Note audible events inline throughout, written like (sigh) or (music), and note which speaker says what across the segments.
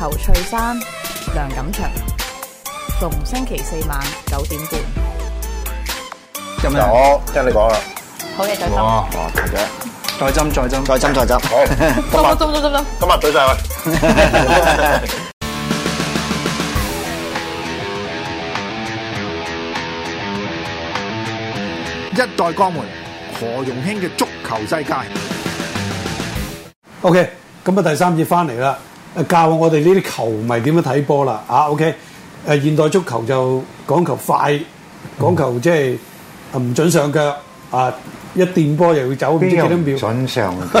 Speaker 1: 侯翠珊、梁錦祥，逢星期四晚九點半。
Speaker 2: 咁
Speaker 3: 嗱，
Speaker 4: 啊
Speaker 2: 樣，
Speaker 3: 我聽你講啦，
Speaker 5: 好嘢，再斟。
Speaker 2: 哇！
Speaker 3: 哦，大姐，
Speaker 2: 再斟再斟，
Speaker 4: 再斟再斟。
Speaker 3: 好，今
Speaker 5: 斟
Speaker 3: 日
Speaker 5: 斟斟斟斟。
Speaker 3: 今日對晒佢。
Speaker 6: 一代鋼門何容興嘅足球世界。
Speaker 7: OK，咁啊第三節翻嚟啦，誒教我哋呢啲球迷點樣睇波啦啊 OK，誒現代足球就講求快，
Speaker 4: 嗯
Speaker 7: 講求即係唔準上腳啊，一掂波又要走唔知幾多秒，
Speaker 4: 準上腳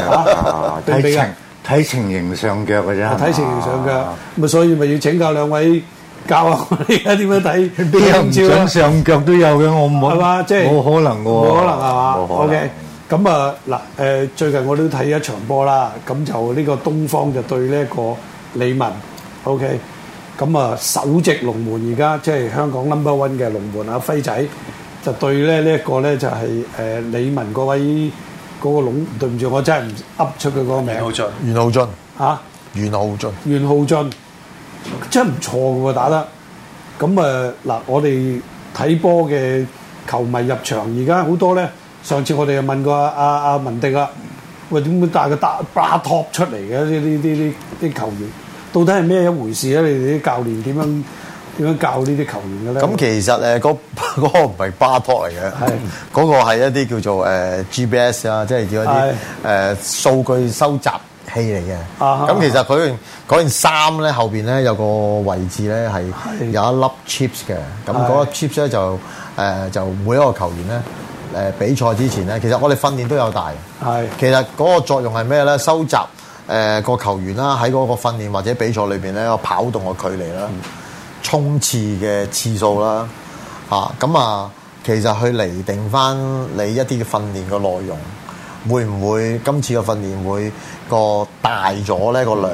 Speaker 4: (laughs)
Speaker 7: 啊
Speaker 4: 啊？
Speaker 7: 對唔
Speaker 4: 睇
Speaker 7: 對啊
Speaker 4: 情睇情形上腳嘅啫。
Speaker 7: 啊
Speaker 4: 係嘛
Speaker 7: 睇情形上腳，咁啊所以咪要請教兩位教下我哋而家點
Speaker 4: (laughs)
Speaker 7: 樣
Speaker 4: 邊有唔
Speaker 7: 睇英超
Speaker 4: 準
Speaker 7: 啦。
Speaker 4: 上腳都有嘅，我冇
Speaker 7: 係嘛？即係
Speaker 4: 冇可能嘅喎，
Speaker 7: 冇可能係嘛
Speaker 4: 冇可能
Speaker 7: ？OK，咁啊嗱誒，最近我都睇一場波啦，咁就呢個東方就對呢一個李文，OK，咁啊首席龍門而家即係香港 number one 嘅龍門阿輝仔，就對咧呢一個咧就係誒李文嗰位嗰個龍，對唔住我真係唔噏出佢嗰個名
Speaker 2: 好盡，
Speaker 8: 袁浩俊，
Speaker 7: 嚇。
Speaker 8: 袁浩俊，
Speaker 7: 啊袁浩俊真係唔錯嘅喎，打得咁誒嗱，我哋睇波嘅球迷入場，而家好多咧。上次我哋又問過阿阿阿文迪啦，喂點會帶個打 bra top 出嚟嘅呢啲啲啲啲球員，到底係咩一回事咧？啊你哋啲教練點樣點樣教呢啲球員嘅咧？
Speaker 8: 咁其實誒嗰 (laughs) 嗰個唔係巴托嚟
Speaker 7: 係
Speaker 8: 嘅，嗰個係一啲叫做誒 GPS 啊，即係叫一
Speaker 7: 係
Speaker 8: 啲誒數據收集器嚟嘅。
Speaker 7: 啊哈
Speaker 8: 咁其實佢件嗰件衫咧後邊咧有個位置咧係有一粒 chips 嘅，咁
Speaker 7: 係
Speaker 8: 嗰個 chips 咧就誒就每一個球員咧誒比賽之前咧，其實我哋訓練都有帶嘅。
Speaker 7: 係
Speaker 8: 其實嗰個作用係咩咧？收集誒、呃、個球員啦，喺嗰個訓練或者比賽裏邊咧，個跑動嘅距離啦，衝刺嘅次數啦，嚇咁啊，其實去釐定翻你一啲嘅訓練嘅內容，會唔會今次嘅訓練會個大咗咧個量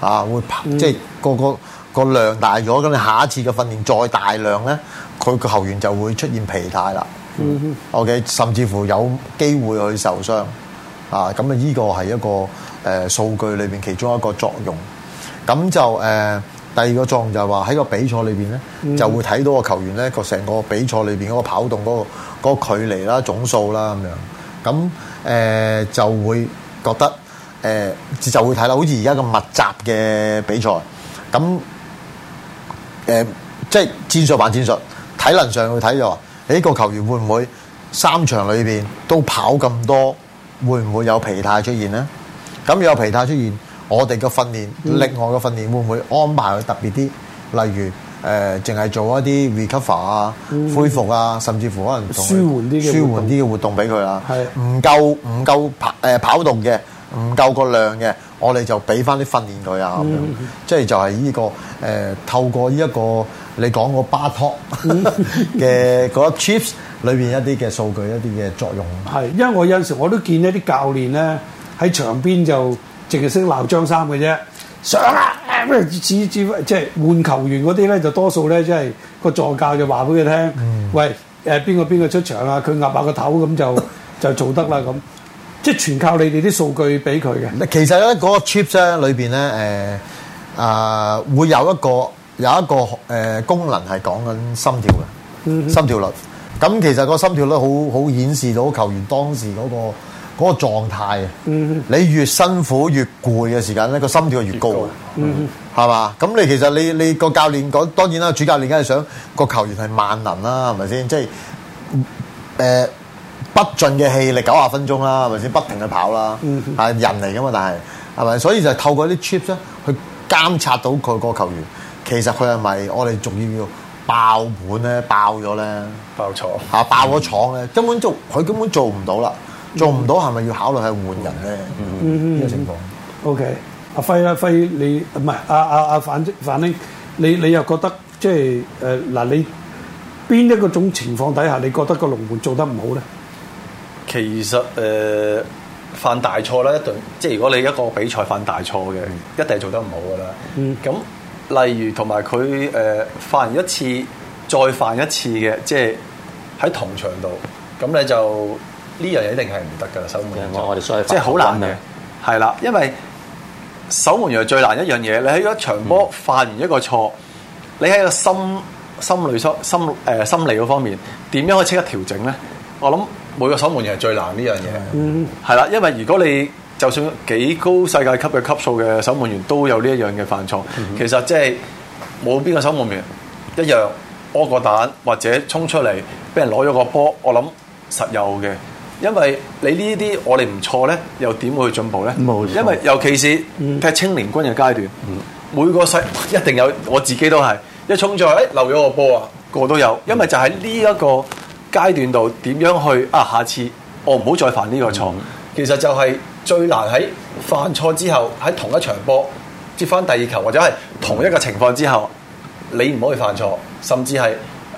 Speaker 8: 啊？會跑即係個個個量大咗，咁你下一次嘅訓練再大量咧，佢個球員就會出現疲態啦。OK，甚嗯至乎有機會去受傷啊！咁啊，呢個係一個誒、呃、數據裏邊其中一個作用。咁就誒、呃第二個作用就係話喺個比賽裏邊咧，就會睇到個球員咧個成個比賽裏邊嗰個跑動嗰、個嗰個距離啦、總數啦咁樣。咁誒、呃就會覺得誒、呃就會睇啦，好似而家咁密集嘅比賽咁。誒、呃即係戰術還戰術，體能上去睇就話，誒、個球員會唔會三場裏邊都跑咁多，會唔會有疲態出現呢？咁有疲態出現，我哋嘅訓練，另外嘅訓練會唔會安排佢特別啲？例如誒，淨、係做一啲 recover 啊、恢復啊，甚至乎可能同佢
Speaker 7: 舒緩啲嘅
Speaker 8: 舒緩
Speaker 7: 活動
Speaker 8: 啲嘅活動俾佢啦。
Speaker 7: 係
Speaker 8: 唔夠唔夠跑誒跑動嘅，唔夠個量嘅，我哋就俾翻啲訓練佢啊咁樣，即係就係呢、個誒、透過呢、一個你講個巴托嘅嗰 chips 裏邊一啲嘅數據一啲嘅作用。
Speaker 7: 係，因為我有陣時我都見一啲教練咧喺場邊就淨係識鬧張三嘅啫，上啊！咁啊只只即係換球員嗰啲咧，就多數咧即係個助教就話俾佢聽，喂誒邊個邊個出場啊？佢壓下個頭咁就就做得啦咁，即係全靠你哋啲數據俾佢嘅。
Speaker 8: 其實咧嗰、個 chips 咧裏邊咧誒啊會有一個有一個誒、呃功能係講緊心跳嘅、心跳率。咁其實個心跳率好好顯示到球員當時嗰、個嗰個狀態啊。你越辛苦越攰嘅時間咧，個心跳係越高嗯嘅。係嘛？咁你其實你你個教練講當然啦，主教練梗係想個球員係萬能啦，係咪先？即係誒、呃不盡嘅氣力九十分鐘啦，係咪先？不停去跑啦，
Speaker 3: 嗯
Speaker 8: 係人嚟噶嘛，但係係咪？所以就係透過啲 chips 咧去監察到佢個球員，其實佢係咪我哋仲要要爆盤咧、爆咗咧
Speaker 3: 爆廠。
Speaker 8: 嚇爆咗廠咧？根本做佢根本做唔到啦，做唔到係咪要考慮係換人咧？呢、
Speaker 3: 嗯
Speaker 8: 個情況。
Speaker 7: OK，阿輝啦，輝你唔係阿阿阿反反興，你你又覺得即係誒嗱，你邊一個種情況底下，你覺得個龍門做得唔好咧？
Speaker 3: 其實誒、呃犯大錯啦，一定即係如果你一個比賽犯大錯嘅，一定係做得唔好噶啦。
Speaker 9: 嗯
Speaker 3: 咁、例如同埋佢誒犯一次再犯一次嘅，即係喺同場度，咁你就呢樣嘢一定係唔得噶啦，守門員就
Speaker 9: 嗯我我哋所謂
Speaker 3: 即係好難嘅，係啦，因為守門員係最難一樣嘢，你喺一場
Speaker 9: 嗯
Speaker 3: 波犯完一個錯，你喺個心心理心心誒、呃心理嗰方面點樣可以即刻調整咧？我諗每個守門員係最難呢樣
Speaker 4: 嗯
Speaker 3: 嘢，係啦、因為如果你就算幾高世界級嘅級數嘅守門員都有呢一樣嘅犯錯，
Speaker 4: 嗯
Speaker 3: 其實即係冇邊個守門員一樣屙個蛋或者衝出嚟俾人攞咗個波，我諗實有嘅。因為你呢啲我哋唔錯咧，又點會去進步咧？
Speaker 4: 冇錯嗯
Speaker 3: 因為尤其是踢青年軍嘅階段，每個世 (laughs) 一定有我自己都係一衝咗，誒、漏咗個波啊，個都有。因為就喺呢一個階段度，點樣去啊？下次我唔好再犯呢個錯。其實就係最難喺犯錯之後，喺同一場波接翻第二球，或者係同一個情況之後，你唔可以犯錯，甚至係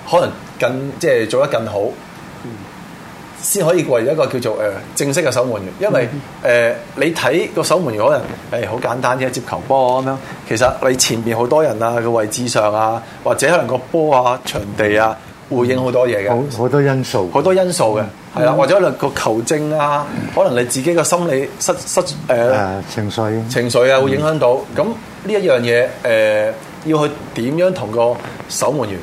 Speaker 3: 可能更即係做得更好。先可以為一個叫做誒、呃正式嘅守門員，因為誒、
Speaker 4: 嗯
Speaker 3: 呃你睇個守門員可能誒哎好、簡單嘅接球波咁樣，其實你前面好多人啊，個位置上啊，或者可能個波啊、場地啊，回應好多嘢嘅。
Speaker 4: 嗯好好多因素。嗯
Speaker 3: 好多因素嘅，係啦，或者可能個球證啊，可能你自己個心理失失誒、
Speaker 4: 誒啊情緒。
Speaker 3: 情緒啊，會影響到。咁呢一樣嘢誒、呃要去點樣同個守門員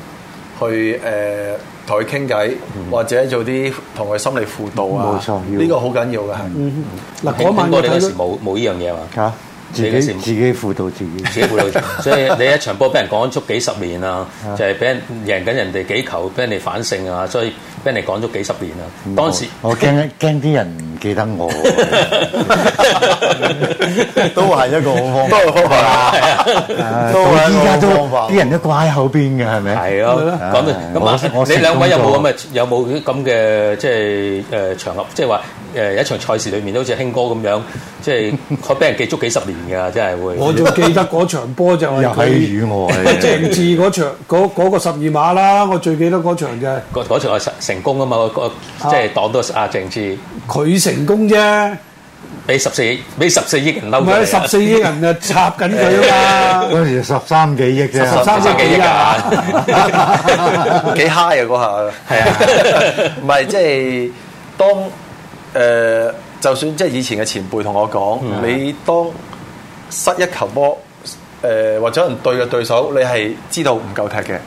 Speaker 3: 去誒呃同佢傾偈，或者做啲同佢心理輔導
Speaker 4: 嗯
Speaker 3: 啊，
Speaker 4: 冇錯要
Speaker 3: 呢個好緊要嘅係。
Speaker 7: 嗱，
Speaker 9: 興
Speaker 7: 嗰晚
Speaker 9: 興哥
Speaker 7: 我
Speaker 9: 你嗰
Speaker 7: 睇
Speaker 9: 時
Speaker 7: 到
Speaker 9: 冇冇呢樣嘢 (laughs) 嘛？
Speaker 4: 嚇，自
Speaker 9: 你嗰
Speaker 4: 己
Speaker 9: 時
Speaker 4: 自己輔導自己。
Speaker 9: 自己 (laughs) 冇到，所以你一場波俾人趕足幾十年啊，就係俾人贏緊人哋幾球，俾人哋反勝啊，所以俾人哋趕足幾十年啊。當時
Speaker 4: 我我驚驚啲人唔記得我。
Speaker 8: (laughs) 都係一個好方法，
Speaker 9: (laughs) 都係方法啊
Speaker 4: 啊
Speaker 8: 都
Speaker 4: 到
Speaker 8: 係一個
Speaker 4: 依家都
Speaker 8: 好方法
Speaker 4: 啲人都掛喺口邊嘅，係咪？
Speaker 9: 係咯，咁咁
Speaker 4: 我我
Speaker 9: 啊，你
Speaker 4: 成
Speaker 9: 兩位有
Speaker 4: 功
Speaker 9: 冇
Speaker 4: 過
Speaker 9: 咁嘅有冇咁嘅即係誒場合，即係話誒一場賽事裏面都好似興哥咁樣，即係可俾人記足幾十年㗎，真係會。
Speaker 7: 我就記得嗰場波就係
Speaker 4: 又
Speaker 7: 佢
Speaker 4: 係與我嘅。
Speaker 7: 鄭智嗰場嗰嗰個十二碼啦，我最記得嗰場就係
Speaker 9: 嗰嗰場係成成功啊嘛，嗰嗰即係擋到阿鄭智，
Speaker 7: 佢成功啫，
Speaker 9: 俾十四俾十四億人嬲
Speaker 7: 唔
Speaker 9: 咗
Speaker 7: 係
Speaker 9: 你啊。
Speaker 7: 十四億人啊插緊佢啊嘛，
Speaker 4: 嗰陣時十三幾億啫，
Speaker 7: 十三
Speaker 9: 十
Speaker 7: 億
Speaker 9: 幾
Speaker 7: 幾
Speaker 9: 億
Speaker 7: 啊！
Speaker 9: 啊！
Speaker 3: 幾 high 啊嗰下，
Speaker 9: 係啊，
Speaker 3: 唔係即係當誒、呃就算即係以前嘅前輩同我講，你當失一球波誒、呃或者可能對嘅對手，你係知道唔夠踢嘅，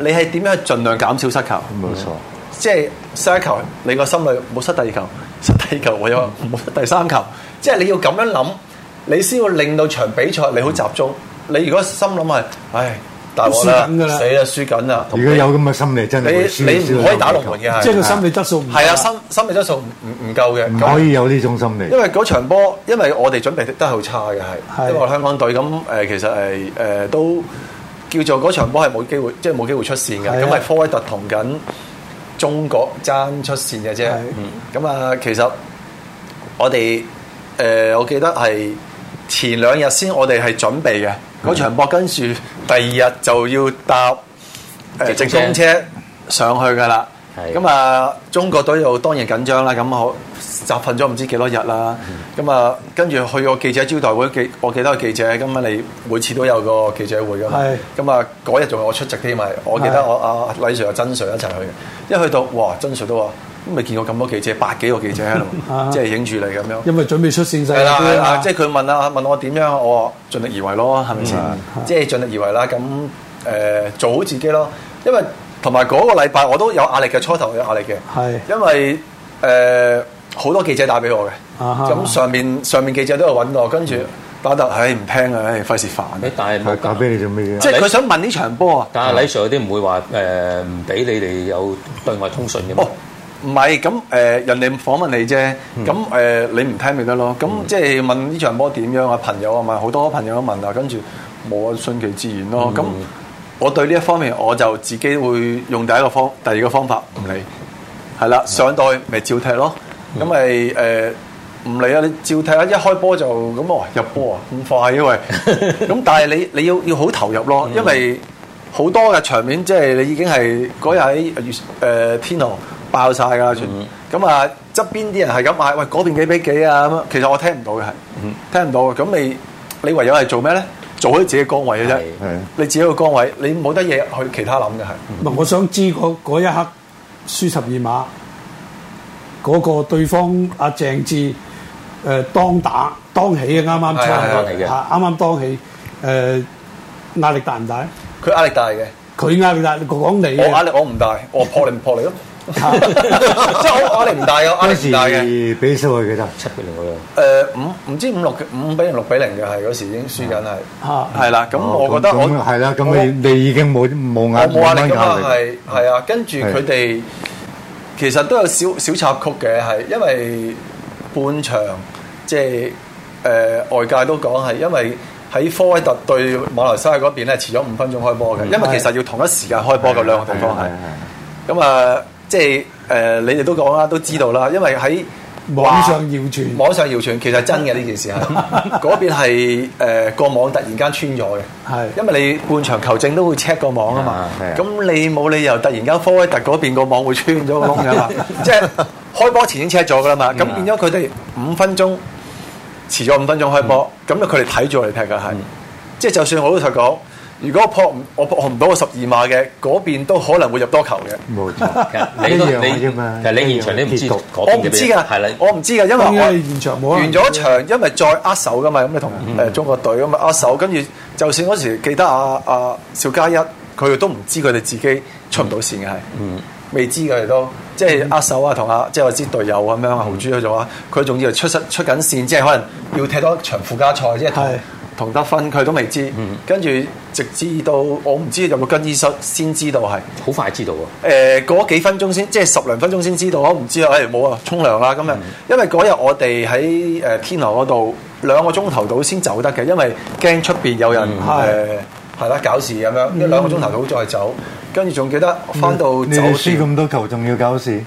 Speaker 3: 你係點樣去盡量減少失球？
Speaker 4: 冇錯。
Speaker 3: 即係失一球，你個心裏冇失第二球，失第二球我又冇失第三球，即係你要咁樣諗，你先會令到場比賽你好集中。你如果心諗係，唉，大鑊啦，
Speaker 7: 都輸緊㗎啦
Speaker 3: 死啦，輸緊啦。
Speaker 4: 如果有咁嘅心理，真係會輸
Speaker 3: 你你唔可以打龍門嘅，係啊
Speaker 7: 即係個心理質素唔
Speaker 3: 係啊，心心理質素唔唔唔夠嘅，
Speaker 4: 唔
Speaker 3: 咁
Speaker 4: 可以有呢種心理
Speaker 3: 因。為嗰場波，因為我哋準備得係好差嘅，係
Speaker 7: 係
Speaker 3: 因為我哋香港隊咁誒、呃其實係誒、呃都叫做嗰場波係冇機會，即係冇機會出線嘅。
Speaker 7: 係啊
Speaker 3: 咁係科威特同緊中國爭出線嘅啫。
Speaker 7: 係
Speaker 3: 嗯咁啊，其實我哋誒、呃我記得係前兩日先，我哋係準備嘅嗰場波，跟住第二日就要搭誒直
Speaker 9: 直通車
Speaker 3: 通車上去㗎啦。
Speaker 9: 係
Speaker 3: 咁啊，中國隊又當然緊張啦，咁我集訓咗唔知幾多日啦，咁啊，跟住去個記者招待會，記我記得個記者，咁啊，你每次都有個記者會噶嘛
Speaker 7: 係，
Speaker 3: 咁啊，嗰日仲有我出席添咪，我記得
Speaker 7: 係
Speaker 3: 我阿李 Sir 阿曾 Sir 一齊去嘅，一去到哇，曾 Sir 都話，咁未見過咁多記者，百幾個記者喺
Speaker 7: 啊
Speaker 3: 度，即係影住你咁樣。
Speaker 7: 因為準備出線世界
Speaker 3: 係啦，
Speaker 7: 盃啊
Speaker 3: 係啦，
Speaker 7: 嘛
Speaker 3: 即係佢問啊，問我點樣，我話盡力而為咯，係咪先？即係盡力而為啦，咁誒、呃做好自己咯。因為同埋嗰個禮拜我都有壓力嘅，初頭有壓力嘅，
Speaker 7: 係
Speaker 3: 因為誒、呃好多記者打俾我嘅，
Speaker 7: 啊哈
Speaker 3: 咁上面上面記者都有揾我，跟住巴特唉唔聽啊，唉費事煩啊，
Speaker 9: 誒但係冇
Speaker 4: 嫁俾你做咩啫？
Speaker 3: 即係佢想問呢場波啊。
Speaker 9: 但係李 Sir 嗰啲唔會話誒唔俾你哋有對外通訊嘅嘛
Speaker 3: 哦，唔係咁誒，呃人哋訪問你啫，咁誒、呃你唔聽咪得咯。咁即係問呢場波點樣啊？朋友啊問，好多朋友都問啊，跟住我順其自然咯。咁、我對呢一方面我就自己會用第一個方第二個方法唔理，係啦，上代咪照踢咯。咁咪誒唔理啊！你照踢啊！一開波就咁哦，入波啊，咁快因為咁，但係你你要要好投入咯，因為。好多嘅場面，即係你已經係嗰日喺誒天河爆晒㗎啦，全咁啊側邊啲人係咁嗌，喂嗰邊幾比幾啊咁樣，其實我聽唔到嘅係，聽唔到嘅，咁你你唯有係做咩咧？做好自己嘅崗位嘅啫
Speaker 9: 係，
Speaker 4: 係
Speaker 3: 你自己嘅崗位，你冇得嘢去其他諗嘅
Speaker 7: 唔
Speaker 3: 係，
Speaker 7: 係，我想知嗰嗰一刻輸十二碼嗰、個對方阿鄭智誒、呃、當打當起嘅，啱啱
Speaker 3: 係係
Speaker 9: 當起嘅
Speaker 7: 嚇啱啱當起誒、呃、壓力大唔大？
Speaker 3: 佢壓力大嘅，
Speaker 7: 佢壓力大，你講你
Speaker 3: 我壓
Speaker 7: 啊
Speaker 3: 力我唔大，我破你唔破你咯，即係我我壓力唔大嘅，我壓力唔大
Speaker 4: 嗰
Speaker 3: 嘅，
Speaker 4: 時比數係幾多？
Speaker 9: 七比零嗰樣。
Speaker 3: 誒呃五唔知五六五比零六比零嘅係嗰時已經輸緊係，
Speaker 7: 嚇
Speaker 3: 係啦，咁我覺得我
Speaker 4: 係啦，咁
Speaker 3: 我
Speaker 4: 你你已經冇冇壓
Speaker 3: 我冇壓力
Speaker 4: 冇乜
Speaker 3: 噶嘛，
Speaker 4: 壓力
Speaker 3: 係係啊，跟住佢哋其實都有小小插曲嘅，係因為半場即係誒外界都講係因為喺科威特對馬來西亞嗰邊咧遲咗五分鐘開波嘅，因為其實要同一時間開波嘅兩個地方嗯係。咁啊，即係誒、呃你哋都講啦，都知道啦，因為喺
Speaker 7: 網上謠傳
Speaker 3: 網上謠傳其實真嘅呢件事係，嗰邊係誒個網突然間穿咗嘅，
Speaker 7: 係
Speaker 3: 因為你半場球證都會 check 個網啊嘛
Speaker 9: 啊
Speaker 4: 係啊，
Speaker 3: 咁你冇理由突然間科威特嗰邊個網會穿咗個窿㗎嘛，即係開波前已經 check 咗㗎啦嘛，咁變咗佢哋五分鐘遲咗五分鐘開波，咁佢哋睇住我哋踢㗎係，即係就算我老實講。如果我撲唔我撲唔到個十二碼嘅，嗰邊都可能會入多球嘅。
Speaker 4: 冇錯，
Speaker 9: 其實你都
Speaker 4: 一樣嘅
Speaker 9: 你
Speaker 4: 啫嘛
Speaker 9: 其實你現場你唔知
Speaker 4: 結局
Speaker 9: 嗰
Speaker 3: 我
Speaker 9: 邊
Speaker 3: 唔
Speaker 9: 嘅
Speaker 3: 知啊
Speaker 9: 邊
Speaker 3: 㗎，
Speaker 9: 係啦，
Speaker 3: 我唔知㗎，因為
Speaker 7: 當然係
Speaker 3: 我
Speaker 7: 現場冇可
Speaker 3: 完
Speaker 7: 能
Speaker 3: 咗場，因為再握手㗎嘛，咁你同
Speaker 9: 嗯
Speaker 3: 誒中國隊咁啊握手，跟住就算嗰時記得阿阿邵佳一，佢哋都唔知佢哋自己出唔到線嘅係，
Speaker 9: 嗯
Speaker 3: 未知佢哋都即係握手啊，同阿即係我知隊友咁樣啊，豪豬嗰種啊，佢仲以為出失出緊線，即係可能要踢多場附加賽，即係
Speaker 7: 係
Speaker 3: 同同得分，佢都未知，
Speaker 9: 嗯
Speaker 3: 跟住直至到我唔知有冇更衣室先知道係。
Speaker 9: 好快知道喎。
Speaker 3: 誒過咗幾分鐘先，即係十零分鐘先知道，我唔知啊，誒冇啊，沖涼啦咁啊，因為嗰日我哋喺誒天河嗰度兩個鐘頭到先走得嘅，因為驚出邊有人誒係啦搞事咁樣，一兩個鐘頭到再走，跟住仲記得翻到酒
Speaker 4: 你哋輸
Speaker 3: 店，
Speaker 4: 咁多球，仲要搞事，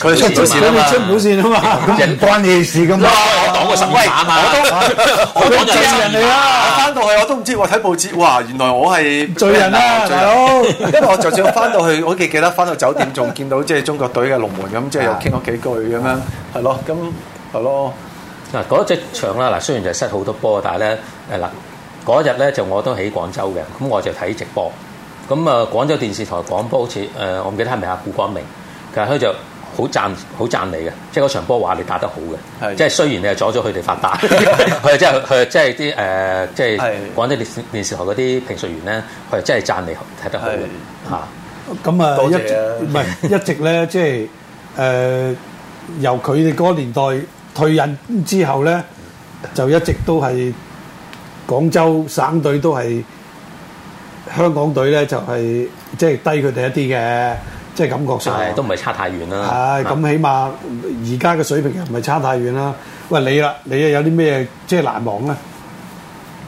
Speaker 3: 佢哋出唔到事
Speaker 7: 佢
Speaker 3: 啦嘛
Speaker 7: 哋，出唔到線啊嘛，
Speaker 4: 唔關你事噶嘛？
Speaker 9: 我擋個十二碼啊嘛，我擋咗人哋啦。
Speaker 3: 翻到去我都唔知，我睇報紙，哇！原來我係
Speaker 7: 罪人啦，
Speaker 3: 罪
Speaker 7: 大佬。
Speaker 3: 因為我就算翻到 (laughs) 去，我記記得翻到酒店仲見到即係中國隊嘅龍門咁，即係又傾咗幾句咁樣，係咯，咁係咯。
Speaker 9: 嗱嗰只場啦，嗱雖然就失好多波，但係咧誒嗱嗰日咧就我都喺廣州嘅，咁我就睇直播。咁啊廣州電視台廣播好似誒、呃我唔記得係咪阿顧光明，其實佢就好讚好讚你嘅，即係嗰場波話你打得好嘅，
Speaker 3: 係
Speaker 9: 即係雖然你係阻咗佢哋發達， (laughs) 佢係真係佢係真係啲誒即係
Speaker 3: 係
Speaker 9: 廣州電視電視台嗰啲評述員咧，佢係真係讚你踢得好嘅嚇。
Speaker 7: 咁啊，
Speaker 3: 多
Speaker 7: 一
Speaker 3: 謝
Speaker 7: 直
Speaker 3: 啊
Speaker 7: 唔係一直咧，即係誒、呃由佢哋嗰個年代退隱之後咧，就一直都係廣州省隊都係香港隊咧，就係、即係低佢哋一啲嘅，即係感覺上
Speaker 9: 啊係都唔係差太遠啦啊
Speaker 7: 係，咁，起碼而家嘅水平又唔係差太遠啦。喂，你啦，你又有啲咩即係難忘咧？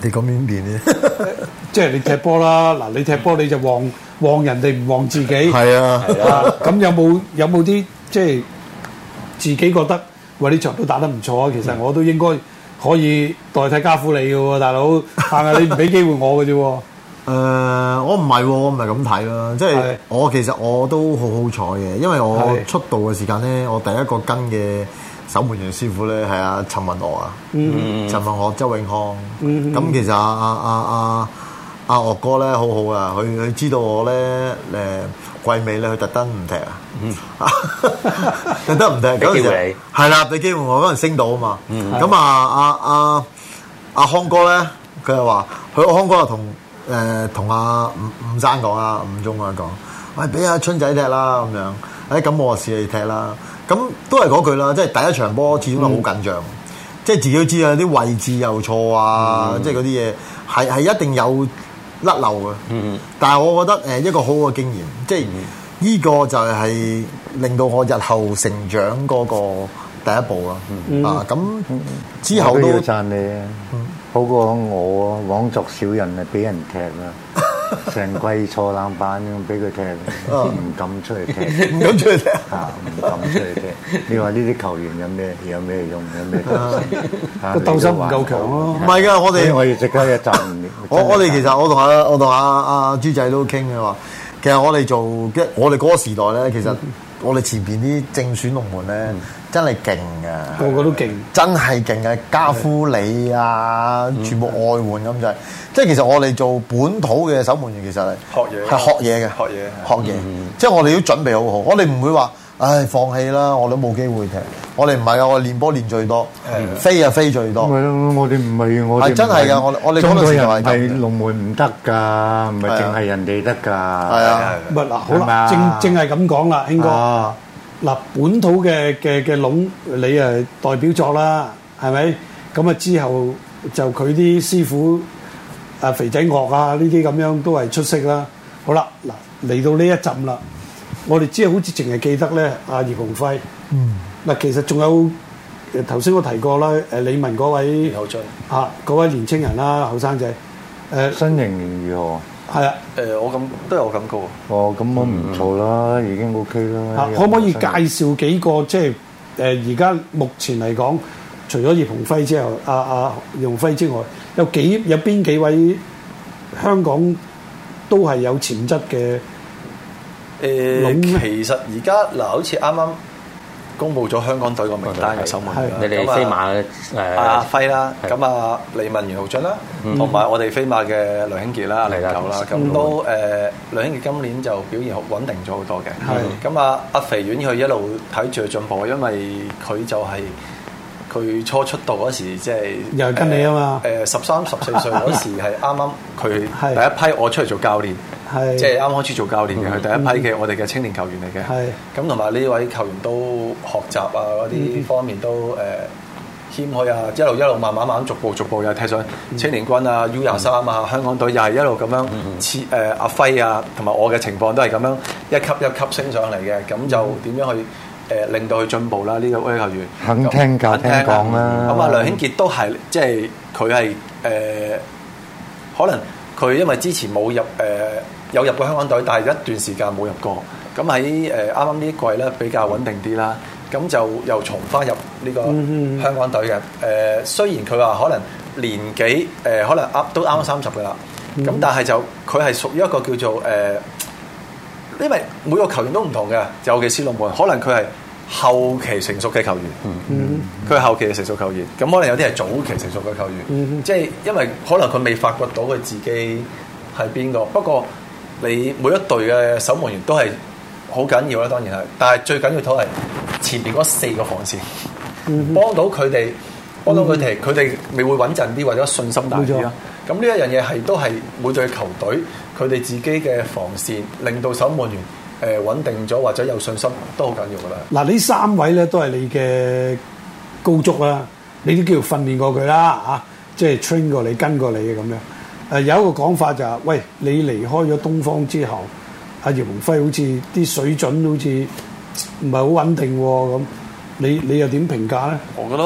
Speaker 8: 你咁樣練嘅，
Speaker 7: 即係你踢波啦，嗱，你踢波你就望望人哋唔望自己。
Speaker 8: 係啊，
Speaker 7: 啊， (laughs) 咁有冇有冇啲即係自己覺得喂呢場都打得唔錯啊？其實我都應該可以代替加夫你嘅喎，大佬，但係你唔俾機會我嘅啫喎。
Speaker 8: 誒、我唔係喎，我唔係咁睇啦，即係
Speaker 7: 係
Speaker 8: 我其實我都好好彩嘅，因為我
Speaker 7: 係
Speaker 8: 出道嘅時間咧，我第一個跟嘅守門員師傅咧係阿陳文樂啊，陳文樂、周永康，咁、其實阿阿阿阿阿樂哥咧好好啊，佢佢知道我咧誒、季尾咧，佢特登唔踢啊， (laughs) 特登唔踢，
Speaker 9: 俾
Speaker 8: 嗰陣
Speaker 9: 機會嗯
Speaker 8: 時係啦，俾機會我嗰陣升到啊嘛，咁啊啊啊阿康哥咧，佢就話佢康哥就同誒同阿吳吳生講啦，吳中啊講，喂俾阿春仔踢啦咁樣，誒咁我就試你踢啦，咁都係嗰句啦，即係第一場波始終都好緊張，即係自己都知啊，啲位置又錯啊，
Speaker 4: 嗯
Speaker 8: 即係嗰啲嘢係係一定有甩漏嘅。
Speaker 9: 嗯
Speaker 8: 但係我覺得誒一個好好嘅經驗，即係
Speaker 4: 嗯
Speaker 8: 呢個就係令到我日後成長嗰個第一步啦。啊，咁之後
Speaker 4: 嗯我
Speaker 8: 都
Speaker 4: 都要讚你啊！好過我啊，枉作小人啊，俾人踢 (laughs) 啦，成季坐冷板咁俾佢踢，唔敢出去踢。
Speaker 8: 唔敢出去踢。
Speaker 4: 啊！唔敢出去踢，你話呢啲球員有咩有咩用，有咩
Speaker 7: 個
Speaker 4: 啊個
Speaker 7: 鬥心唔夠強咯
Speaker 8: (laughs) 唔係㗎，我哋
Speaker 4: 我要即刻一讚你。
Speaker 8: 我我哋其
Speaker 4: 實
Speaker 8: 實我同阿我同阿阿豬仔都傾啊嘅話，其實我哋做嘅我哋嗰個時代咧，其實
Speaker 4: 嗯
Speaker 8: 我哋前邊啲正選龍門咧，真係勁嘅，
Speaker 7: 個個都勁。
Speaker 8: 真係勁嘅，加夫里啊，
Speaker 3: 嗯
Speaker 8: 全部外援咁就係，即係其實我哋做本土嘅守門員其實係
Speaker 3: 學嘢
Speaker 8: 係學嘢嘅，
Speaker 3: 學嘢嗯
Speaker 8: 學嘢，即係我哋都準備好好，我哋唔會話。唉，放棄啦！我都冇機會踢，我哋唔係啊！我哋練波練最多，飛啊飛最多。
Speaker 4: 咪咯，我哋唔係我
Speaker 8: 係
Speaker 4: 哋
Speaker 8: 真係㗎我哋我哋嗰陣時就係咁
Speaker 4: 係係龍門唔得㗎，唔係淨係人哋得㗎。
Speaker 8: 係
Speaker 4: 係
Speaker 8: 啊，
Speaker 7: 唔係嗱，好
Speaker 4: 係咪
Speaker 7: 啦，
Speaker 4: 啊
Speaker 7: 正正係咁講啦，興哥。
Speaker 4: 啊，
Speaker 7: 嗱，本土嘅嘅嘅籠，你誒代表作啦，係咪？咁啊之後就佢啲師傅啊肥仔樂啊呢啲咁樣都係出色啦。好啦，嗱嚟到呢一陣啦，我哋只係好似淨係記得咧阿葉鴻輝。嗯。嗱，其實仲有誒頭先我提過啦，誒李文嗰位
Speaker 3: 有進。
Speaker 7: 啊嗰位年青人啦，後生仔誒
Speaker 4: 身形如何？
Speaker 7: 係啊。
Speaker 3: 誒，我咁都有感覺喎。
Speaker 4: 哦，咁我唔做啦，已經 OK 啦
Speaker 7: 啊。，可唔可以介紹幾個即係呃誒而家目前嚟講，除咗葉鴻輝之後，阿阿葉鴻輝之外，有幾有邊幾位香港都係有潛質嘅？
Speaker 3: 誒，
Speaker 7: 籠
Speaker 3: 其實而家嗱，好似啱啱公布咗香港隊個名單嘅守門員啦
Speaker 9: 你哋
Speaker 3: 咁啊
Speaker 9: 飛馬呃
Speaker 7: 啊
Speaker 3: 阿
Speaker 9: 誒
Speaker 3: 啊輝啦，
Speaker 9: 係
Speaker 3: 咁啊李文袁浩俊啦，
Speaker 7: 嗯
Speaker 3: 同埋我哋飛馬嘅梁興傑啦、
Speaker 9: 係
Speaker 3: 梁
Speaker 9: 啦
Speaker 3: 九啦，
Speaker 9: 嗯
Speaker 3: 咁都誒梁興傑今年就表現好穩定咗好多嘅。
Speaker 7: 係
Speaker 3: 咁啊，阿肥遠佢一路睇住佢進步，因為佢就係佢初出道嗰時，即係
Speaker 7: 又係跟你啊嘛
Speaker 3: 誒十三十四歲嗰時
Speaker 7: (laughs)
Speaker 3: 係啱啱
Speaker 7: 係
Speaker 3: 佢第一批我出嚟做教練。
Speaker 7: 係嗯
Speaker 3: 即係啱開始做教練嘅，佢第一批嘅我哋嘅青年球員嚟嘅。
Speaker 7: 係
Speaker 3: 咁同埋呢位球員都學習啊嗰
Speaker 7: 嗯
Speaker 3: 啲方面都誒謙虛啊，一路一路慢慢慢慢逐步逐步又踢上
Speaker 4: 嗯
Speaker 3: 青年軍啊、U 廿三啊、香港隊又係一路咁樣
Speaker 4: 嗯
Speaker 3: 切誒阿輝啊，同埋我嘅情況都係咁樣一級一級升上嚟嘅。咁就
Speaker 4: 嗯
Speaker 3: 點樣去？誒令到佢進步啦，呢個位球員
Speaker 4: 肯聽教
Speaker 3: 肯聽啊
Speaker 4: 聽講啦
Speaker 3: 咁啊，梁興傑都係即係佢係呃誒可能佢因為之前冇入誒、呃有入過香港隊，但係一段時間冇入過。咁喺呃誒啱啱呢一季咧比較穩定啲啦，咁就又重翻入呢個香港隊嘅。誒、呃雖然佢話可能年紀誒、呃可能啱都啱啱三十嘅啦，咁、但係就佢係屬於一個叫做誒。呃因為每個球員都唔同嘅，尤其是龍門，可能佢係後期成熟嘅球員，嗯佢係後期嘅成熟球員，咁可能有啲係早期成熟嘅球員，即係因為可能佢未發掘到佢自己係邊個。不過你每一隊嘅守門員都係好緊要啦，當然係，但係最緊要都係前邊嗰四個防線，幫到佢哋，幫到佢哋，佢哋咪會穩陣啲，或者信心大啲啦。咁呢一樣嘢係都係每隊球隊佢哋自己嘅防線，令到守門員誒、呃、穩定咗或者有信心都好緊要噶啦。
Speaker 7: 嗱，呢三位咧都係你嘅高足啦，你都叫做訓練過佢啦嚇，即係 train 過你、跟過你嘅咁樣。誒、有一個講法就係、喂，你離開咗東方之後，阿葉鴻輝好似啲水準好似唔係好穩定喎咁，你你又點評價咧？
Speaker 3: 我覺得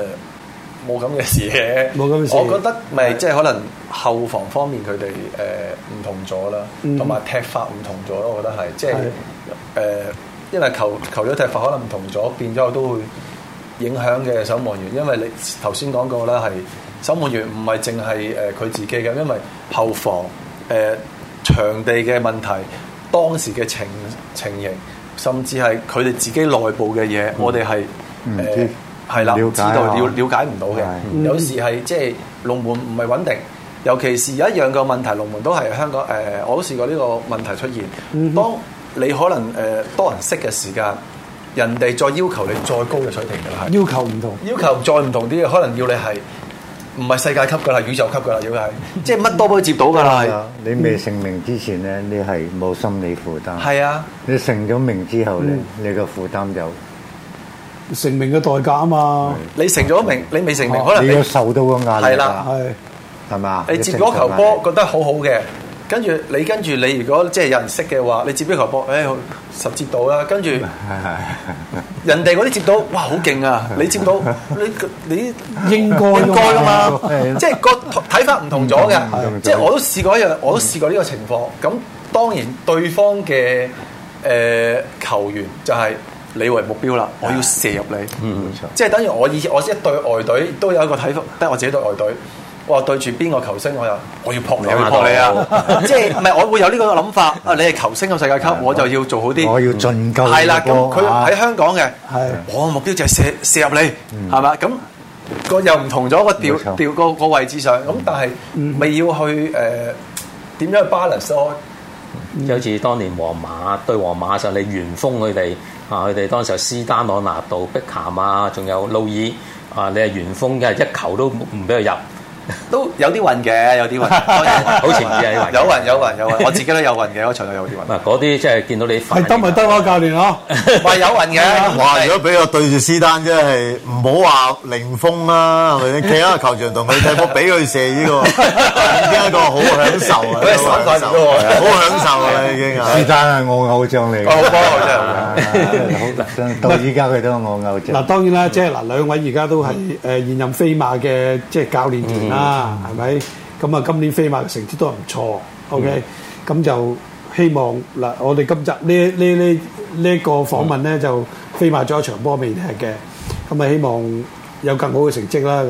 Speaker 3: 誒冇咁嘅事嘅，
Speaker 7: 冇咁嘅事
Speaker 3: 我覺得咪即係可能後防方面佢哋誒呃唔同咗啦，
Speaker 7: 嗯
Speaker 3: 同埋、踢法唔同咗咯。我覺得係即
Speaker 7: 係
Speaker 3: 係誒，因為球球隊踢法可能唔同咗，變咗都會影響嘅守門員。因為你頭先講過啦，係守門員唔係淨係誒呃佢自己嘅，因為後防誒、呃、場地嘅問題，當時嘅情情形，甚至係佢哋自己內部嘅嘢，我哋係
Speaker 4: 嗯唔
Speaker 3: 誒
Speaker 4: 知
Speaker 3: 係啦，
Speaker 4: 了
Speaker 3: 唔知
Speaker 4: 解啊
Speaker 3: 道了了解唔到嘅
Speaker 4: 係。
Speaker 7: 嗯
Speaker 3: 有時係即係龍門唔係穩定，尤其是有一樣嘅問題，龍門都係香港誒、呃我都試過呢個問題出現。當你可能誒、呃多人識嘅時間，人哋再要求你再高嘅水平㗎啦，係。
Speaker 7: 要求唔同，
Speaker 3: 要求再唔同啲嘅，可能要你係唔係世界級㗎啦，宇宙級㗎啦，要係即係乜多都接到㗎
Speaker 4: 係
Speaker 3: 啦，
Speaker 4: 啊你未成名之前咧，你係冇心理負擔。
Speaker 3: 係係啊，
Speaker 4: 你成咗名之後咧，你個負擔就
Speaker 7: 成名嘅代價啊嘛，
Speaker 3: 你成咗名，你未成名，可能
Speaker 4: 你要
Speaker 3: 你
Speaker 4: 受到個壓力
Speaker 3: 係啦
Speaker 4: 啦，
Speaker 7: 係
Speaker 4: 係嘛？
Speaker 3: 你接嗰球波覺得好好嘅，跟住你跟住你如果即係有人識嘅話，你接呢球波，誒十接到啦，跟住人哋嗰啲接到，哇好勁啊！你接到你你
Speaker 7: 應該
Speaker 3: 應該㗎嘛
Speaker 4: 係啦，
Speaker 3: 即係個睇法唔同咗嘅
Speaker 4: 唔同咗，
Speaker 3: 即係我都試過一樣，我都試過呢個情況。咁當然對方嘅誒、呃球員就係你為目標啦，我要射入你，
Speaker 4: 嗯
Speaker 3: 即係等於我以前我一對外隊都有一個睇法，得我自己對外隊。我話對住邊個球星，我又我要撲你，我要撲你啊！即係唔係我會有呢個諗法啊？你係球星咁世界級，我就要做好啲。
Speaker 4: 我要進攻
Speaker 3: 係啦，咁佢
Speaker 4: 啊
Speaker 3: 喺香港嘅
Speaker 7: 係，
Speaker 3: 我嘅目標就係射射入你，係嘛？咁個又唔同咗個調
Speaker 4: 冇錯
Speaker 3: 調個個位置上，咁但係未要去誒呃點樣去 balance 咯？
Speaker 9: 即係好似當年皇馬對皇馬就你元封佢哋啊，佢哋當時有斯丹、朗拿度、碧咸啊，仲有路爾啊，你係元封嘅，一球都唔俾佢入。啊
Speaker 3: 都有啲運嘅，有啲運，
Speaker 9: 好似唔知係運
Speaker 3: 有運有運有運，我自己都有運嘅，我場內有啲運，
Speaker 9: (laughs) 嗱，嗰啲即係見到你反
Speaker 7: 係
Speaker 9: 應
Speaker 7: 得咪得咯，教練啊！
Speaker 3: 唔係有運嘅。
Speaker 8: (laughs) 哇！如果俾我對住斯丹，真係唔好話零封啦，係咪先？企喺個球場同佢踢波，俾佢射呢個，已經係一個好享受啊！
Speaker 3: 佢係手快唔到我
Speaker 8: 好享受啦，已經啊！ (laughs)
Speaker 4: 是 (laughs) 但係我偶像嚟㗎，
Speaker 3: 我好幫
Speaker 4: (laughs)
Speaker 3: 我真係好
Speaker 4: 真係到依家佢都係我偶
Speaker 7: 嗱
Speaker 4: 像。
Speaker 7: 當然啦，即係嗱兩位而家都係誒現任飛馬嘅即係教練團啦，係咪？咁啊，今年飛馬嘅成績都係唔錯，OK。咁就希望嗱，我哋今集呢呢呢呢一個訪問咧，就飛馬咗一場波未踢嘅，咁啊希望有更好嘅成績啦。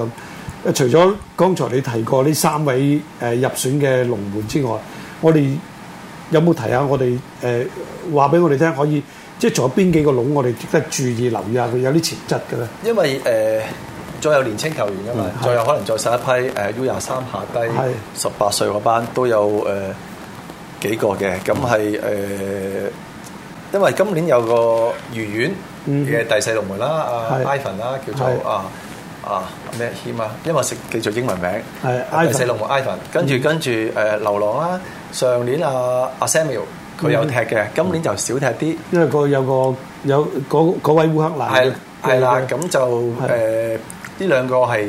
Speaker 7: 咁除咗剛才你提過呢三位誒入選嘅龍門之外，我哋有冇提下我哋誒話俾我哋聽，可以即係仲有邊幾個籠我哋值得注意留意下佢有啲潛質嘅咧？
Speaker 3: 因為誒、呃再有年青球員㗎嘛，再有可能再上一批誒、呃 U 廿三下低
Speaker 7: 嗯係
Speaker 3: 十八歲嗰班都有誒、呃、幾個嘅，咁係誒，呃因為今年有個魚丸嘅第四龍門啦，阿
Speaker 7: 嗯係
Speaker 3: Ivan 啦，叫做
Speaker 7: 係
Speaker 3: 啊啊咩謙啊，因為我識記住英文名，啊
Speaker 7: 係
Speaker 3: 第
Speaker 7: Ivan 嗯
Speaker 3: 四龍門 Ivan，跟住跟住誒流浪啦，上年阿阿 Samuel 佢
Speaker 7: 嗯
Speaker 3: 有踢嘅，今年就少踢啲。
Speaker 7: 因為個有個有嗰嗰位烏克蘭
Speaker 3: 係
Speaker 7: 嘅
Speaker 3: 係啦，
Speaker 7: 嘅
Speaker 3: 咁就誒
Speaker 7: 係
Speaker 3: 呢兩個係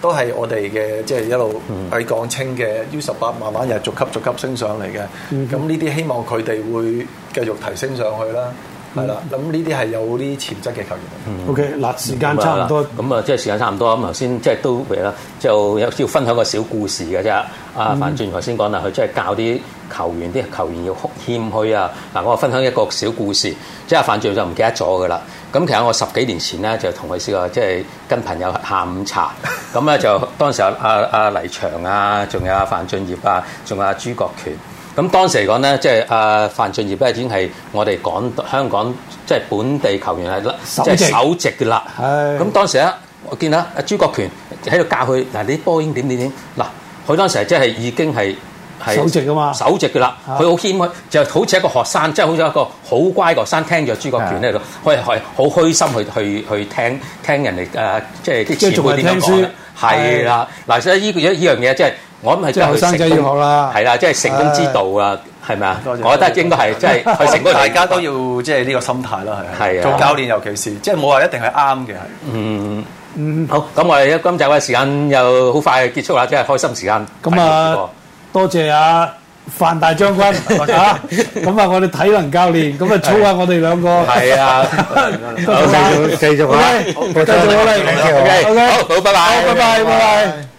Speaker 3: 都係我哋嘅即係一路
Speaker 9: 嗯
Speaker 3: 喺港青嘅 U 十八，慢慢又逐級逐級升上嚟嘅。
Speaker 9: 嗯
Speaker 3: 咁呢啲希望佢哋會繼續提升上去啦。
Speaker 9: 嗯
Speaker 3: 係啦，咁呢啲係有啲潛質嘅球員。
Speaker 7: OK 嗱，時間差唔多，
Speaker 9: 咁啊，即係時間差唔多。咁頭先即係都誒啦，就有要分享個小故事嘅啫。啊
Speaker 7: 嗯
Speaker 9: 阿范俊頭先講啦，佢即係教啲球員，啲球員要謙虛啊。嗱，我分享一個小故事，即係阿范俊就唔記得咗噶啦。咁其實我十幾年前咧就同佢試過，即係跟朋友下
Speaker 7: (laughs)
Speaker 9: 午茶。咁咧就當時阿阿阿黎翔啊，仲有阿范俊業啊，仲有阿朱國權。咁當時嚟講咧，即係阿范俊業咧已經係我哋港香港即係本地球員係
Speaker 7: 首
Speaker 9: 即係
Speaker 7: 席
Speaker 9: 首席嘅啦。
Speaker 7: 係
Speaker 9: 咁當時咧，我見啊啦，阿朱國權喺度教佢嗱，你啲波應點點點嗱，佢當時係即係已經係係
Speaker 7: 首席㗎嘛
Speaker 9: 首席嘅啦，佢
Speaker 7: 啊
Speaker 9: 好謙虛，就好似一個學生，即係好似一個好乖嘅學生，聽住朱國權喺度，佢係係好虛心去去去聽聽人哋誒，即係
Speaker 7: 即
Speaker 9: 啲
Speaker 7: 係
Speaker 9: 前
Speaker 7: 仲
Speaker 9: 輩
Speaker 7: 係
Speaker 9: 點樣
Speaker 7: 聽
Speaker 9: 講
Speaker 7: 書
Speaker 9: 啦，係啦，嗱，所以呢個依樣嘢即係我諗係
Speaker 7: 即係
Speaker 9: 真係
Speaker 7: 後生仔
Speaker 9: 成功
Speaker 7: 要學啦
Speaker 9: 係啦，即係成功之道啊，係咪啊？
Speaker 3: 多謝
Speaker 9: 我覺得應該係即係
Speaker 3: (laughs)
Speaker 9: 佢成功，
Speaker 3: 大家都要即係呢個心態啦，係
Speaker 9: 係啊
Speaker 3: 做教練尤其是，即係冇話一定係啱嘅。
Speaker 9: 嗯。好，咁我哋今集嘅時間又好快結束啦，即係開心時間。
Speaker 7: 咁啊多謝啊范大將軍啊，咁啊我哋體能教練，咁啊操下我哋兩個，
Speaker 9: 係
Speaker 3: (laughs)
Speaker 9: 啊
Speaker 4: 繼續繼續啊！
Speaker 7: OK，繼續我哋
Speaker 4: OK，
Speaker 9: ，OK，
Speaker 7: OK，
Speaker 9: (laughs) 好，拜拜，
Speaker 7: 好，拜拜，拜拜。